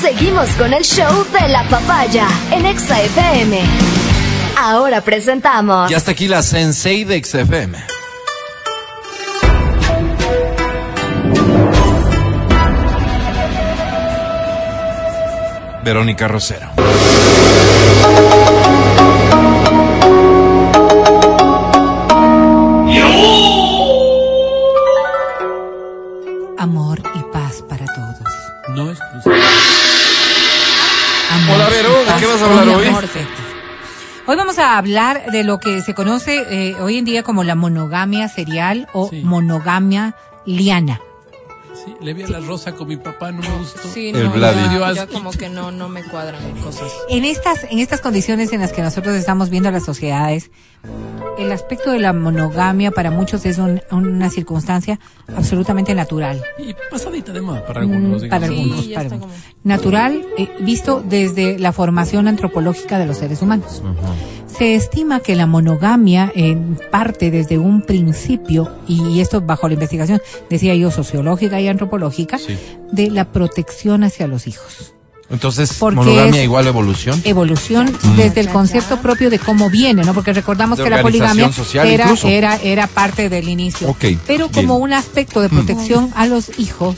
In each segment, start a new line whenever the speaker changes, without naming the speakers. Seguimos con el show de la papaya en Exa FM. Ahora presentamos.
Ya está aquí la Sensei de XFM. Verónica Rosero.
Amor y paz para todos.
No es posible.
Amor
Hola, Vero,
y
¿de
paz
qué vas a hablar
con
hoy?
amor, Betty. Hoy vamos a hablar de lo que se conoce eh, hoy en día como la monogamia serial o
Sí.
monogamia liana.
Sí, le vi a la rosa con mi papá, no me gustó.
Sí,
El
no,
Vladi.
ya-
Dio
ya
asco.
como que no, no me cuadran cosas.
En estas, en estas condiciones en las que nosotros estamos viendo las sociedades, el aspecto de la monogamia para muchos es un- una circunstancia absolutamente natural.
Y pasadita de más para
Mm,
algunos. digamos.
para
Sí,
algunos,
ya
para
está
algunos.
como-
Natural, eh, visto desde la formación antropológica de los seres humanos. Se estima que la monogamia en parte desde un principio, y, y esto bajo la investigación, decía yo, sociológica y antropológica,
Sí.
de la protección hacia los hijos.
Entonces,
Porque
monogamia
es-
igual evolución. Mm.
Evolución desde el concepto propio de cómo viene, ¿no? Porque recordamos
De
que la
organización
poligamia
social
era,
incluso.
era, era parte del inicio.
Ok,
Pero
bien. Mm.
como un aspecto de protección a los hijos,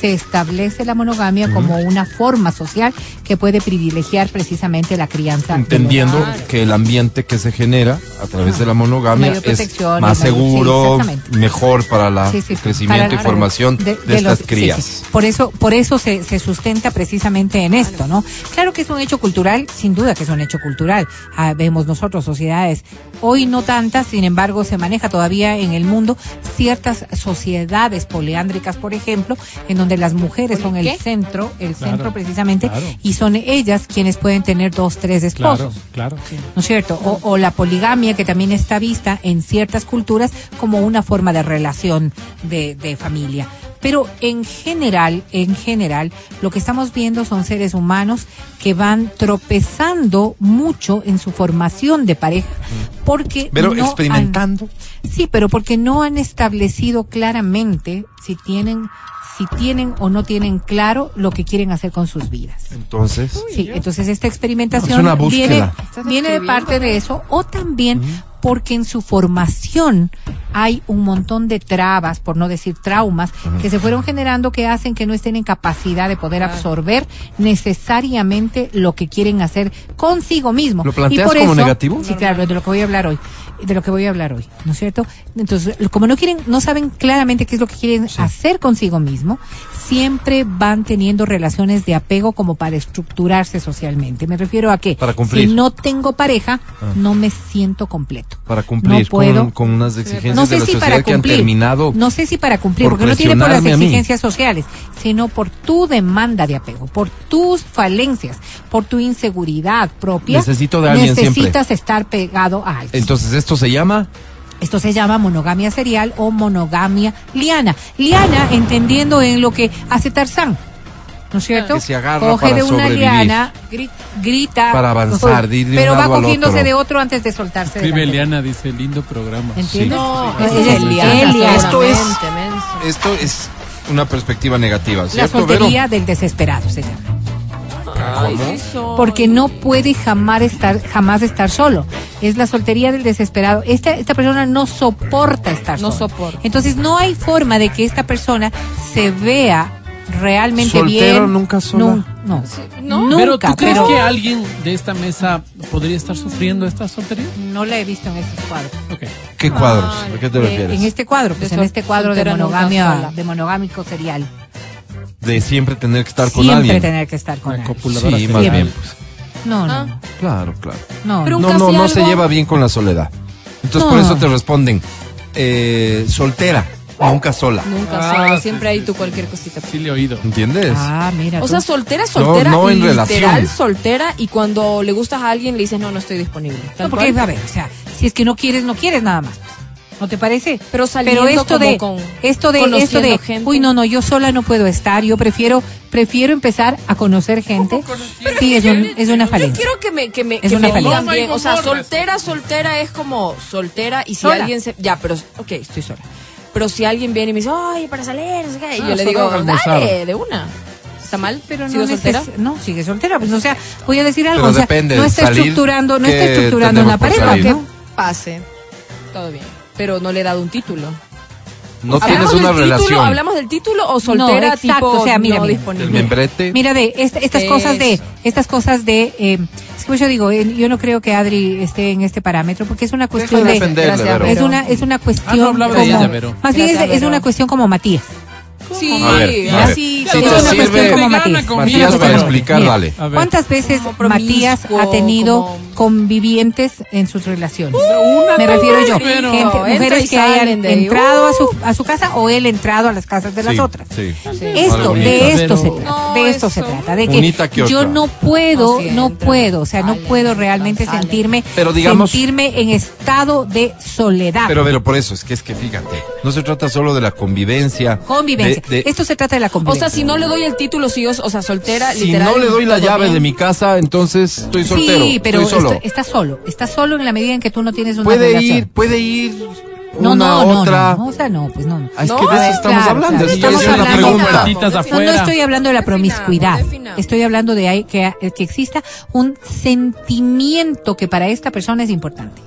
se establece la monogamia como
Mm.
una forma social que puede privilegiar precisamente la crianza. de los
entendiendo
hijos.
que el ambiente que se genera a través de la monogamia
Mayor
es
protección,
más
mayor- sí,
seguro,
exactamente.
mejor para la
Sí, sí, sí.
crecimiento
Para-
y formación de, estas
los- sí,
crías.
sí. Por eso, por eso se, se sustenta precisamente en esto, ¿no? Claro que es un hecho cultural, sin duda que es un hecho cultural. Ah, vemos nosotros sociedades, hoy no tantas, sin embargo se maneja todavía en el mundo ciertas sociedades poliándricas, por ejemplo, en donde las mujeres son el
¿Qué?
centro, el
Claro,
centro precisamente,
claro.
y son ellas quienes pueden tener dos, tres esposos.
Claro, claro.
¿no es cierto? O, o la poligamia que también está vista en ciertas culturas como una forma de relación de, de familia. Pero en general, en general, lo que estamos viendo son seres humanos que van tropezando mucho en su formación de pareja porque
Mm. Pero
no han-
experimentando.
Sí, pero porque no han establecido claramente si tienen si tienen o no tienen claro lo que quieren hacer con sus vidas.
Entonces,
Sí, entonces esta
Es
experimentación
una búsqueda.
viene,
Estás
viene de
escribiendo.
parte de eso o también porque en su formación hay un montón de trabas, por no decir traumas, que se fueron generando que hacen que no estén en capacidad de poder
Claro.
absorber necesariamente lo que quieren hacer consigo mismo.
¿Lo planteas como negativo?
Sí, claro, de lo que voy a hablar hoy, de lo que voy a hablar hoy, ¿no es cierto? Entonces, como no quieren, no saben claramente qué es lo que quieren hacer consigo mismo, siempre van teniendo relaciones de apego como para estructurarse socialmente. Me refiero a que
Para cumplir.
si no tengo pareja,
Ah.
no me siento completo.
para cumplir
no puedo.
con, con unas exigencias
no sé
de la
si
sociedad
para
que han
cumplir.
terminado.
no sé si para cumplir,
por
porque no tiene por las
presionarme a mí.
exigencias sociales, sino por tu demanda de apego, por tus falencias, por tu inseguridad propia.
Necesito de alguien siempre.
Necesitas estar pegado a alguien.
Entonces, esto se llama
Esto se llama monogamia serial o monogamia liana. Liana entendiendo en lo que hace Tarzán. ¿No es cierto?
Que se agarra
Coge
para
de una
sobrevivir.
liana, gri- grita.
Para avanzar, de ir de un
Pero va
lado al
cogiéndose
otro.
de otro antes de soltarse. de la
Escribe
liana.
Eliana, dice, lindo programa.
¿Entiendes?
No,
Ella
ese
Ah, es
es el
Eliana,
liana. Esto es-
seguramente, menso.
Esto es una perspectiva negativa,
La
¿cierto, Vero? Ah,
soltería del desesperado se llama.
Ay, sí soy.
porque no puede jamás estar, jamás estar solo. Es la soltería del desesperado. Esta, esta persona no soporta estar
No
sola.
soporta.
Entonces no hay forma de que esta persona se vea realmente
Soltero,
bien.
nunca sola.
Nun- No,
¿no?
Nunca,
pero ¿tú crees
pero
que alguien de esta mesa podría estar sufriendo esta soltería?
no la he visto en estos cuadros.
Ok.
¿Qué cuadros? ¿A qué te
eh,
refieres?
En este cuadro, pues
De
en
sol-
este cuadro de
soltera nunca
monogamia,
sola.
de monogámico serial.
De siempre tener que estar con
Siempre
alguien.
tener que estar con
Una
alguien.
copuladora
Sí,
serial.
más bien. pues.
No, no,
Ah.
no,
Claro, claro.
no.
Pero
no.
un
No, no,
casi
no se
algo.
lleva bien con la soledad. Entonces, por
No.
eso te responden, eh, soltera, nunca sola.
Nunca
Ah,
sola,
sí,
siempre hay tú cualquier cosita.
Sí, le he oído.
¿Entiendes?
Ah, mira.
O
tú.
sea, soltera, soltera,
no en
literal
relación.
soltera, y cuando le gustas a alguien le dices, no, no estoy disponible. Tal
No, porque,
cual.
a ver, o sea, si es que no quieres, no quieres nada más. ¿No te parece?
Pero saliendo
esto
como
de,
con-
esto de, esto
conociendo
de,
gente.
uy, no, no, yo sola no puedo estar, yo prefiero, prefiero empezar a conocer gente. Sí, es, un- es una
Yo
falencia.
quiero que me, que me,
Es
que
una
me
falencia.
digan
No, no hay
bien. O sea,
conformes.
soltera, soltera es como soltera y si
Sola.
alguien se. Ya, pero. Ok, estoy sola. Pero si alguien viene y me dice, ay, para salir, no sé qué", y
Ah,
yo le
solo
digo,
almorzar.
dale, de una. ¿Está mal?
Pero no
¿Sigo soltera?
neces- No, sigue soltera. Pues, o sea, voy a decir algo.
Pero
o sea,
depende,
no está
salir,
estructurando, no está
¿qué
estructurando una
tenemos por
pareja,
salir?
¿no?
Pase. Todo bien. Pero no le he dado un título.
No
¿Hablamos
tienes una
del título?
relación.
¿Hablamos del título o soltera
No, exacto,
tipo
o sea, mira,
no
mira.
El
disponible?
membrete.
Mira, de esta- estas cosas de,
Eso.
estas cosas de, eh, es como yo digo, eh, yo no creo que Adri esté en este parámetro porque es una
Deja
cuestión
de
de,
defenderle,
gracias,
Vero.
es una, es una cuestión
Ah, no hablaba de
como-
ella, Vero.
más bien es,
Gracias,
es una
Vero.
cuestión como Matías.
Sí,
A ver, a ver. Si
así.
es
te
una
sirve-
cuestión como
Gana
Matías.
conmigo,
pues, Matías, para
pero-
explicar,
Mira,
dale.
A ver.
¿Cuántas veces
Como
Matías ha
promiscuo,
tenido
como- Uh,
convivientes en sus relaciones?
una
Me refiero yo,
pero-
gente-
Entra y
mujeres que
salen
hayan
de ahí. Uh.
entrado a su, a su casa o él entrado a las casas de las
Sí,
otras.
sí.
Esto,
Algo
de
bonito,
esto se
pero-
trata,
No,
de esto se
eso.
trata, de
Bonita que
que yo
otra.
no puedo,
No, sí,
no
entra,
puedo, o sea, no
sale,
puedo
entra,
realmente
sale.
sentirme,
Pero digamos-
sentirme en estado de soledad.
Pero, pero por eso, es que es que fíjate, no se trata solo de la convivencia.
convivencia.
de- de-
Esto se trata de la
O
convivencia.
sea, si no le doy el título, si yo, o sea, soltera,
si
literal.
no le doy la
todo
llave
bien.
de mi casa, entonces estoy soltero.
sí, pero
estoy solo.
esto- estás solo, estás solo en la medida en que tú no tienes una
puede
relación.
ir, puede ir
no,
una
no, no,
otra.
no, no, o sea, no, pues no. no.
Ah, Es
No,
que de
a
eso
ver,
estamos
claro,
hablando.
claro,
es que
estamos
esa es la
hablando-
pregunta.
Puertitas
No,
No,
no,
no
afuera.
estoy hablando de la
Definamos,
promiscuidad.
definamos.
Estoy hablando de ahí que, eh, que exista un sentimiento que para esta persona es importante.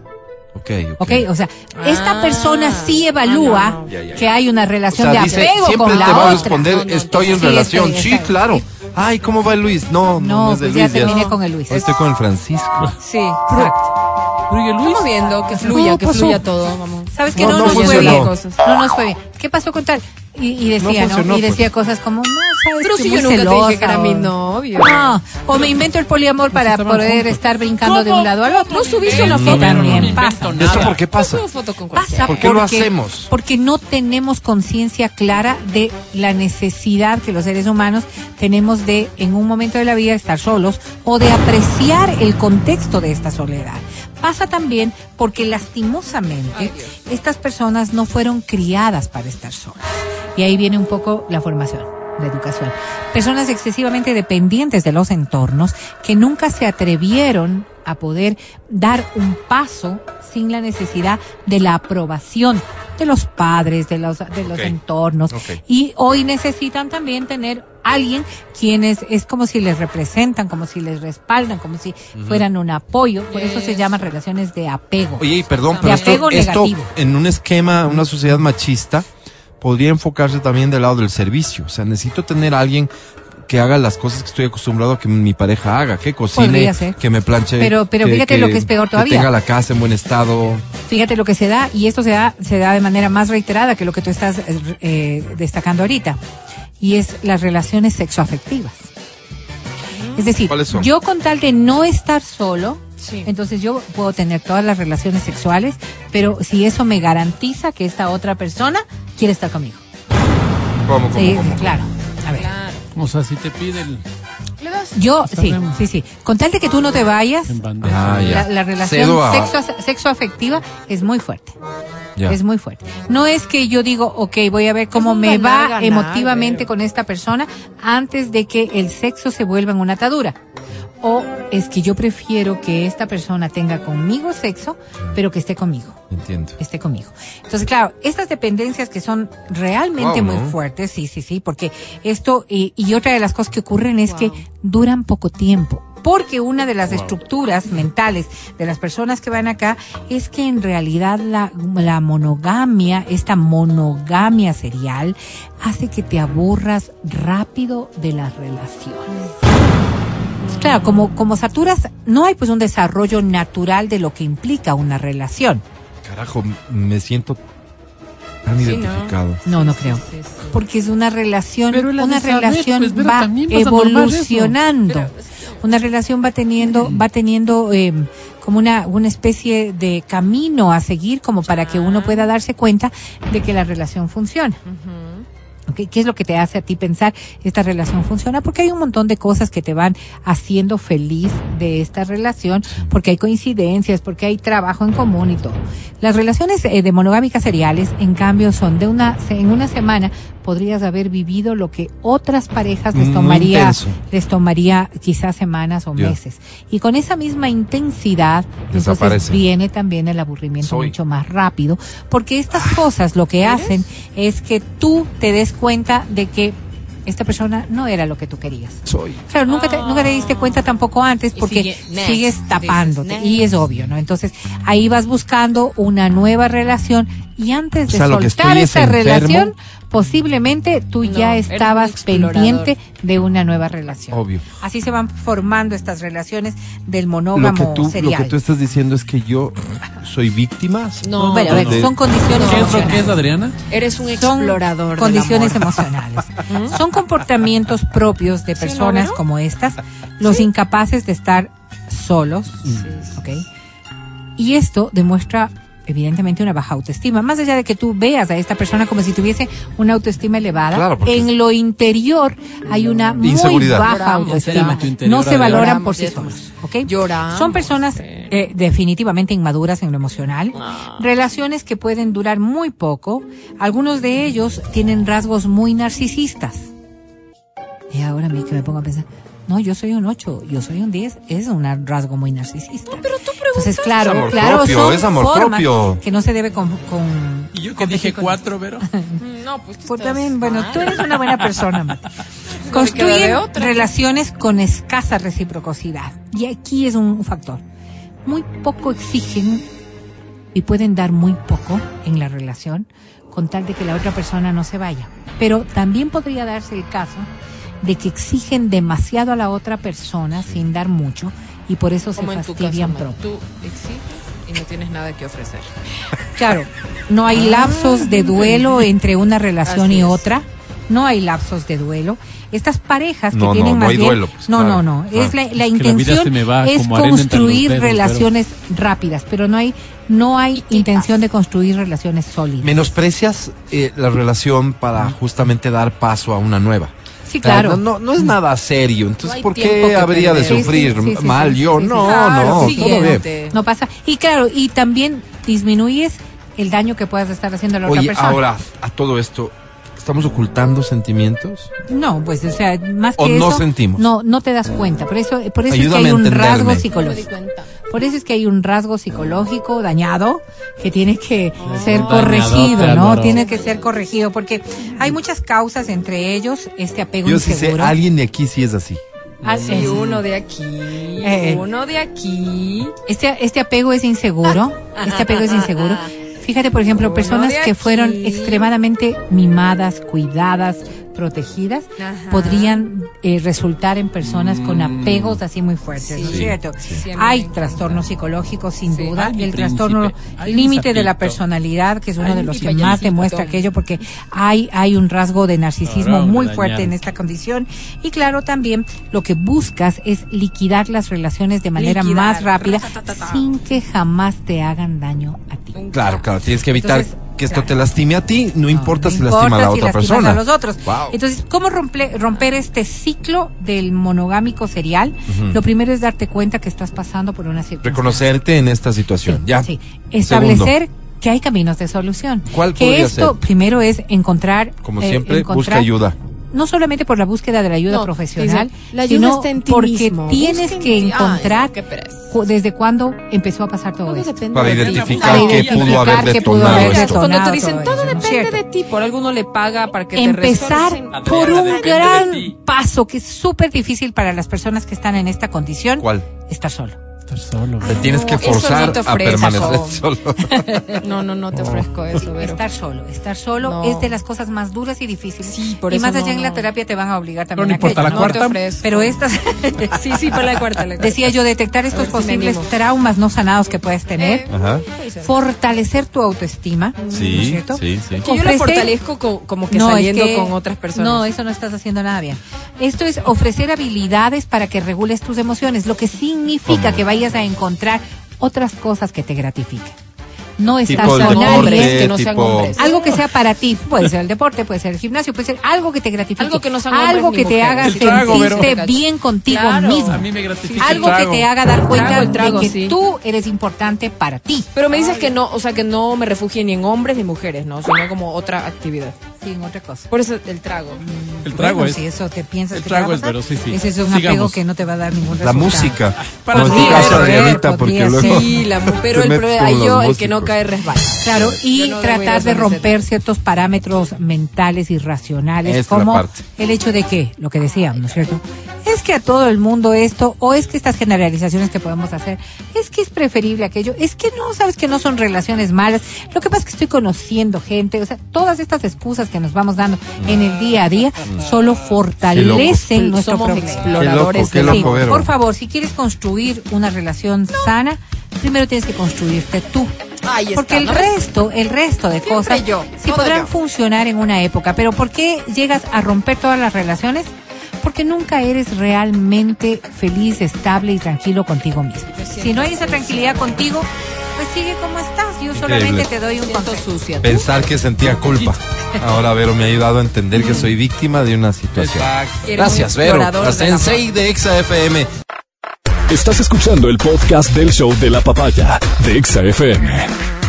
Ok, ok.
¿Ok? O sea, esta
Ah,
persona sí evalúa
ah, no, no.
Ya, ya, ya.
que hay una relación
O sea,
de
dice,
apego
siempre
con
te
la
va a
otra.
responder,
No, no,
estoy en
sí,
relación.
estoy,
sí,
estoy.
claro. Ay, ¿cómo va el Luis? No, no,
No,
es de
pues ya
Luis.
terminé con el Luis.
Estoy con el Francisco.
Sí, exacto.
Pero, ¿y el Luis?
Estamos viendo que fluya,
No,
que
pues,
fluya
no.
todo, vamos.
Sabes que
No,
no,
no
nos fue
funcionó.
bien. No nos fue bien. ¿Qué pasó con tal? Y, y
No
decía, ¿no?
funcionó,
Y decía
pues.
cosas como, no, sabes
Pero
que
si
muy
yo nunca te
celosa,
dije que era
o-
mi novio.
No, o me invento el poliamor para
estaban
poder
juntos.
estar brincando de un lado al otro.
No subiste una
Que
foto.
No me
También
invento
pasa.
nada.
¿Esto por qué pasa?
Una foto con cualquiera.
Pasa
¿Por qué lo hacemos?
Porque no tenemos conciencia clara de la necesidad que los seres humanos tenemos de, en un momento de la vida, estar solos o de apreciar el contexto de esta soledad. Pasa también porque lastimosamente
Ay, Dios.
estas personas no fueron criadas para estar solas. Y ahí viene un poco la formación, la educación. Personas excesivamente dependientes de los entornos que nunca se atrevieron a poder dar un paso sin la necesidad de la aprobación de los padres, de los, de los
Ok.
entornos.
Ok.
Y hoy necesitan también tener alguien quienes es como si les representan, como si les respaldan, como si fueran un apoyo. Por eso se
Eso.
llaman relaciones de apego.
Oye, y perdón,
De
pero esto,
apego
esto
negativo.
en un esquema, una sociedad machista, podría enfocarse también del lado del servicio. O sea, necesito tener a alguien que haga las cosas que estoy acostumbrado a que mi pareja haga, que cocine,
Podría ser.
que me planche.
Pero- pero fíjate lo que es peor todavía.
Que tenga la casa en buen estado.
Fíjate lo que se da, y esto se da, se da de manera más reiterada que lo que tú estás eh, eh, destacando ahorita, y es las relaciones sexoafectivas. Es decir,
¿Cuáles son?
yo con tal de no estar solo,
Sí.
entonces yo puedo tener todas las relaciones sexuales, pero si eso me garantiza que esta otra persona quiere estar conmigo.
¿Cómo, cómo,
Sí,
cómo?
claro. A ver.
Claro.
O sea, si te pide el,
¿Le das?
Yo, sí,
Sabemos.
sí, sí. Con tal de que tú no te vayas,
en bandeja.
Ah, ya.
la, la relación
Cedo a-
sexo- sexoafectiva es muy fuerte.
ya.
Es muy fuerte. No es que yo digo, ok, voy a ver cómo
un
me va
ganar, ganar, eh.
emotivamente
pero-
con esta persona antes de que el sexo se vuelva en una atadura. O es que yo prefiero que esta persona tenga conmigo sexo, pero que esté conmigo
Entiendo.
esté conmigo. Entonces, claro, estas dependencias que son realmente
Wow,
muy
¿no?
fuertes, sí, sí, sí, porque esto y, y otra de las cosas que ocurren es
Wow.
que duran poco tiempo. Porque una de las estructuras mentales de las personas que van acá es que en realidad la, la monogamia, esta monogamia serial, hace que te aburras rápido de las relaciones. Claro, como, como saturas, no hay pues un desarrollo natural de lo que implica una relación.
Carajo, me siento tan
Sí, ¿no?
identificado.
No, no creo.
Sí, sí.
Porque es una relación,
Pero la
una
de saber,
relación
pues, Vero,
va
también vas a tomar eso.
evolucionando. una relación va teniendo, va teniendo eh, como una, una especie de camino a seguir como para que uno pueda darse cuenta de que la relación funciona. ¿ok? ¿Qué es lo que te hace a ti pensar esta relación funciona? Porque hay un montón de cosas que te van haciendo feliz de esta relación, porque hay coincidencias, porque hay trabajo en común y todo. Las relaciones eh, de monogámicas seriales, en cambio, son de una se- en una semana podrías haber vivido lo que otras parejas les
Muy
tomaría
intenso.
les tomaría quizás semanas o
Ya.
meses. Y con esa misma intensidad, entonces
Desaparece.
viene también el aburrimiento
Soy. Ah,
mucho más rápido, porque estas cosas lo que hacen es que tú te des cuenta de que esta persona no era lo que tú querías.
Soy.
Claro, nunca te, nunca te diste
Ah.
cuenta tampoco antes
Y
porque
sigue- next,
sigues
dices,
tapándote
next.
y es obvio, ¿no? Entonces ahí vas buscando una nueva relación y antes
O
de
sea, lo que
soltar
estoy es
esa
enfermo.
relación, posiblemente tú
No,
ya
eres un
estabas
explorador.
pendiente de una nueva relación.
Obvio.
Así se van formando estas relaciones del
Lo que,
monógamo
tú, lo que
serial.
tú estás diciendo es que yo soy víctima.
No,
Bueno, a ver,
¿Dónde?
son condiciones
¿Qué es lo que
emocionales.
es, Adriana?
Eres un
Son
explorador. del
condiciones
amor.
emocionales. Son comportamientos propios de
¿Sí, no,
personas
no?
como estas, los incapaces de estar solos, ¿ok? Y esto demuestra evidentemente una baja autoestima, más allá de que tú veas a esta persona como si tuviese una autoestima elevada,
Claro, porque es-
en lo interior hay una muy
Inseguridad.
baja
Lloramos,
autoestima,
lloramos.
Tu interior,
no se
Adriana.
valoran por
Lloramos,
sí
Dios mío.
solos, ¿ok?
Lloramos,
Son personas
sí.
eh, definitivamente inmaduras en lo emocional,
Ah.
relaciones que pueden durar muy poco, algunos de ellos tienen rasgos muy narcisistas. Y ahora me, que me pongo a pensar, no, yo soy un 8, yo soy un 10, es un rasgo muy narcisista. pero tú Entonces, claro,
Es amor
claro,
propio,
son
es amor
formas
propio.
que no se debe con... con-
Y yo que
competir
dije
con
cuatro, Vero.
Mm, No, pues,
pues
estás
también, bueno,
mal.
tú eres una buena persona. Mati.
de
Construyen
otra.
relaciones con escasa reciprocidad. Y aquí es un factor. Muy poco exigen y pueden dar muy poco en la relación con tal de que la otra persona no se vaya. Pero también podría darse el caso de que exigen demasiado a la otra persona sin dar mucho y por eso se
Como en tu
fastidian
caso,
pronto.
Mar, tú exiges y no tienes nada que ofrecer.
Claro, no hay lapsos de duelo entre una relación
Así
y
es.
otra. No hay lapsos de duelo. Estas parejas que
No, no,
tienen
no
más
hay
bien-
duelo, pues,
no,
claro,
no, no.
claro.
Es la, la
que la vida
intención
se me va
es
como arena entre los
construir
dedos, pero-
relaciones rápidas, pero no hay no hay intención de construir relaciones sólidas.
Menosprecias eh, la relación para justamente dar paso a una nueva.
Sí, claro.
Ah, No, no, no es nada serio. Entonces,
No hay
¿por
tiempo
qué
que
habría de
perder.
sufrir
Sí, sí, sí, sí,
mal
sí,
yo?
sí, sí.
no,
Claro,
no, todo bien.
siguiente.
No pasa. Y claro, y también disminuyes el daño que puedas estar haciendo a la otra
Oye,
persona.
ahora, a todo esto, ¿estamos ocultando sentimientos?
No, pues, o sea, más que
O no
eso,
sentimos.
No, no te das cuenta. Por eso, por eso
Ayúdame a
es que hay un
entenderme.
rasgo
No me di
psicológico.
cuenta.
Por eso es que hay un rasgo psicológico dañado que tiene que
Ah.
ser
Dañadote,
corregido, ¿no?
Álvaro.
Tiene que ser corregido porque hay muchas causas, entre ellos este apego
Yo sí sé,
inseguro.
alguien de aquí sí es así.
Ah, sí.
Sí, uno de aquí,
Eh.
uno de aquí.
Este, este apego es inseguro. Este apego es inseguro. Fíjate, por ejemplo,
Uno
personas
de
que fueron
aquí.
extremadamente mimadas, cuidadas, protegidas,
Ajá.
podrían eh, resultar en personas con apegos así muy fuertes, ¿no es
Mm. Sí.
cierto?
Sí, a mí
Hay
me
trastornos psicológicos, sin
Sí.
duda.
Ay, mi
el trastorno
príncipe. Ay, mi
límite de la
sapito.
personalidad, que es uno
Ay,
de
mi
los que más
payasito.
demuestra aquello, porque hay, hay un rasgo de narcisismo
Ahora,
muy
dañar.
fuerte en esta condición. Y claro, también lo que buscas es liquidar las relaciones de manera
Liquidar.
más rápida,
Ratatatata.
sin que jamás te hagan daño a ti.
Un
Claro, claro, tienes que evitar
Entonces,
que esto
claro.
te lastime a ti, no, importa si lastima a la
si
otra
lastimas
persona.
a los otros.
Wow.
Entonces, ¿cómo rompe- romper este ciclo del monogámico serial?
Ujú.
Lo primero es darte cuenta que estás pasando por una circunstancia.
Reconocerte en esta
Sí,
situación, ya.
sí. Establecer
Segundo,
que hay caminos de solución.
¿Cuál
que
podría
esto
ser?
primero es encontrar
como
eh,
siempre, busca
encontrar-
ayuda.
no solamente por la búsqueda de la ayuda
No,
profesional,
dice, la ayuda
sino
está en ti
porque
mismo.
tienes
Busca en
que
ti. Ay,
encontrar
no, qué pereza.
cu- desde cuándo empezó a pasar todo
Todo
esto.
depende
Para
de ti.
identificar
Claro.
qué pudo haber
qué pudo
detonado
haber
esto.
Cuando te
detonado
dicen todo
eso, ¿no?
depende
Cierto.
de ti, por alguno le paga para que
empezar
te resuelva.
por
Adriana,
un
depende de
gran
ti.
paso que es súper difícil para las personas que están en esta condición,
¿Cuál?
estar solo.
Estar solo.
Te tienes
Ah,
que
eso no
forzar
te
a
oh.
ofrezco.
permanecer solo.
No, no, no te ofrezco eso, Vero.
Estar solo, estar solo
No.
es de las cosas más duras y difíciles.
Sí, por
y
eso
más allá
no,
en la
no.
terapia te van a obligar
No,
también
no
a
importa, la
aquello, ¿no?
cuarta.
No te ofrezco.
Pero estas
Sí, sí, para la cuarta. La cuarta.
decía yo detectar estos
A ver si me
posibles
animo.
traumas no sanados que puedes tener,
Eh,
Ajá.
fortalecer tu autoestima, ¿no es
Sí,
cierto?
sí, sí.
Es que yo la
ofrecer-
fortalezco co- como que
No, es
saliendo
que-
con otras personas.
No, eso no estás haciendo nada bien. Esto es ofrecer habilidades para que regules tus emociones, lo que significa
¿Cómo?
que vayas a encontrar otras cosas que te gratifiquen. No estás
Tipo
Hasta
el
con
hombres
deporte,
alguien.
que no sean
tipo-
hombres.
Algo que sea para ti, puede ser el deporte, puede ser el gimnasio, puede ser algo que te gratifique.
Algo que no sean hombres
Algo
ni
que te
mujeres.
haga
El trago,
sentirte
Vero.
bien contigo
Claro.
mismo.
A mí me gratifica el
Algo que
trago.
te haga dar cuenta
Trago, el trago,
de que
sí.
tú eres importante para ti.
Pero me dices que no, o sea, que no me refugie ni en hombres ni mujeres, ¿no? Sino como otra actividad.
sí, en otra cosa.
Por eso el trago.
El trago
Bueno,
es.
Si eso te piensas
el
que te va a
trago es,
pasar,
pero sí, sí.
Ese es un apego
Sigamos.
que no te va a dar ningún
La
resultado.
música.
Para
Como en tu
mí,
caso,
podría
Adrianita,
ser,
porque
podría
luego.
ser.
Sí, la mu- pero
te
el,
metes
pro-
como
ahí
los
yo, el que no
músicos.
cae resbala.
Claro, y
Yo no debo ir a
tratar de
esa receta.
romper ciertos parámetros mentales irracionales,
Esta es la
como
parte.
el hecho de que, lo que decíamos, ¿no es cierto? Es que a todo el mundo esto, o es que estas generalizaciones que podemos hacer, es que es preferible aquello, es que no, sabes que no son relaciones malas, lo que pasa es que estoy conociendo gente, o sea, todas estas excusas que nos vamos dando en el día a día
Mm.
solo fortalecen nuestro
Somos
problema.
exploradores.
Qué
de
loco, qué loco,
Este,
la-
Sí,
Vero.
por favor, si quieres construir una relación sana, primero tienes que construirte tú.
Ahí está,
Porque el
¿no ves?
resto, el resto de
Siempre
cosas
yo,
sí
todo
podrán
yo.
funcionar en una época, pero ¿por qué llegas a romper todas las relaciones? Porque nunca eres realmente feliz, estable y tranquilo contigo mismo. Si no hay esa tranquilidad contigo, pues sigue como estás. Yo solamente te doy un
Siento
consejo.
sucia.
Pensar que sentía culpa. Ahora Vero me ha ayudado a entender que soy víctima de una situación.
Eres
Gracias,
un
Vero.
explorador
La
de la
sensei de Exa FM.
Estás escuchando el podcast del show de la papaya de Exa FM.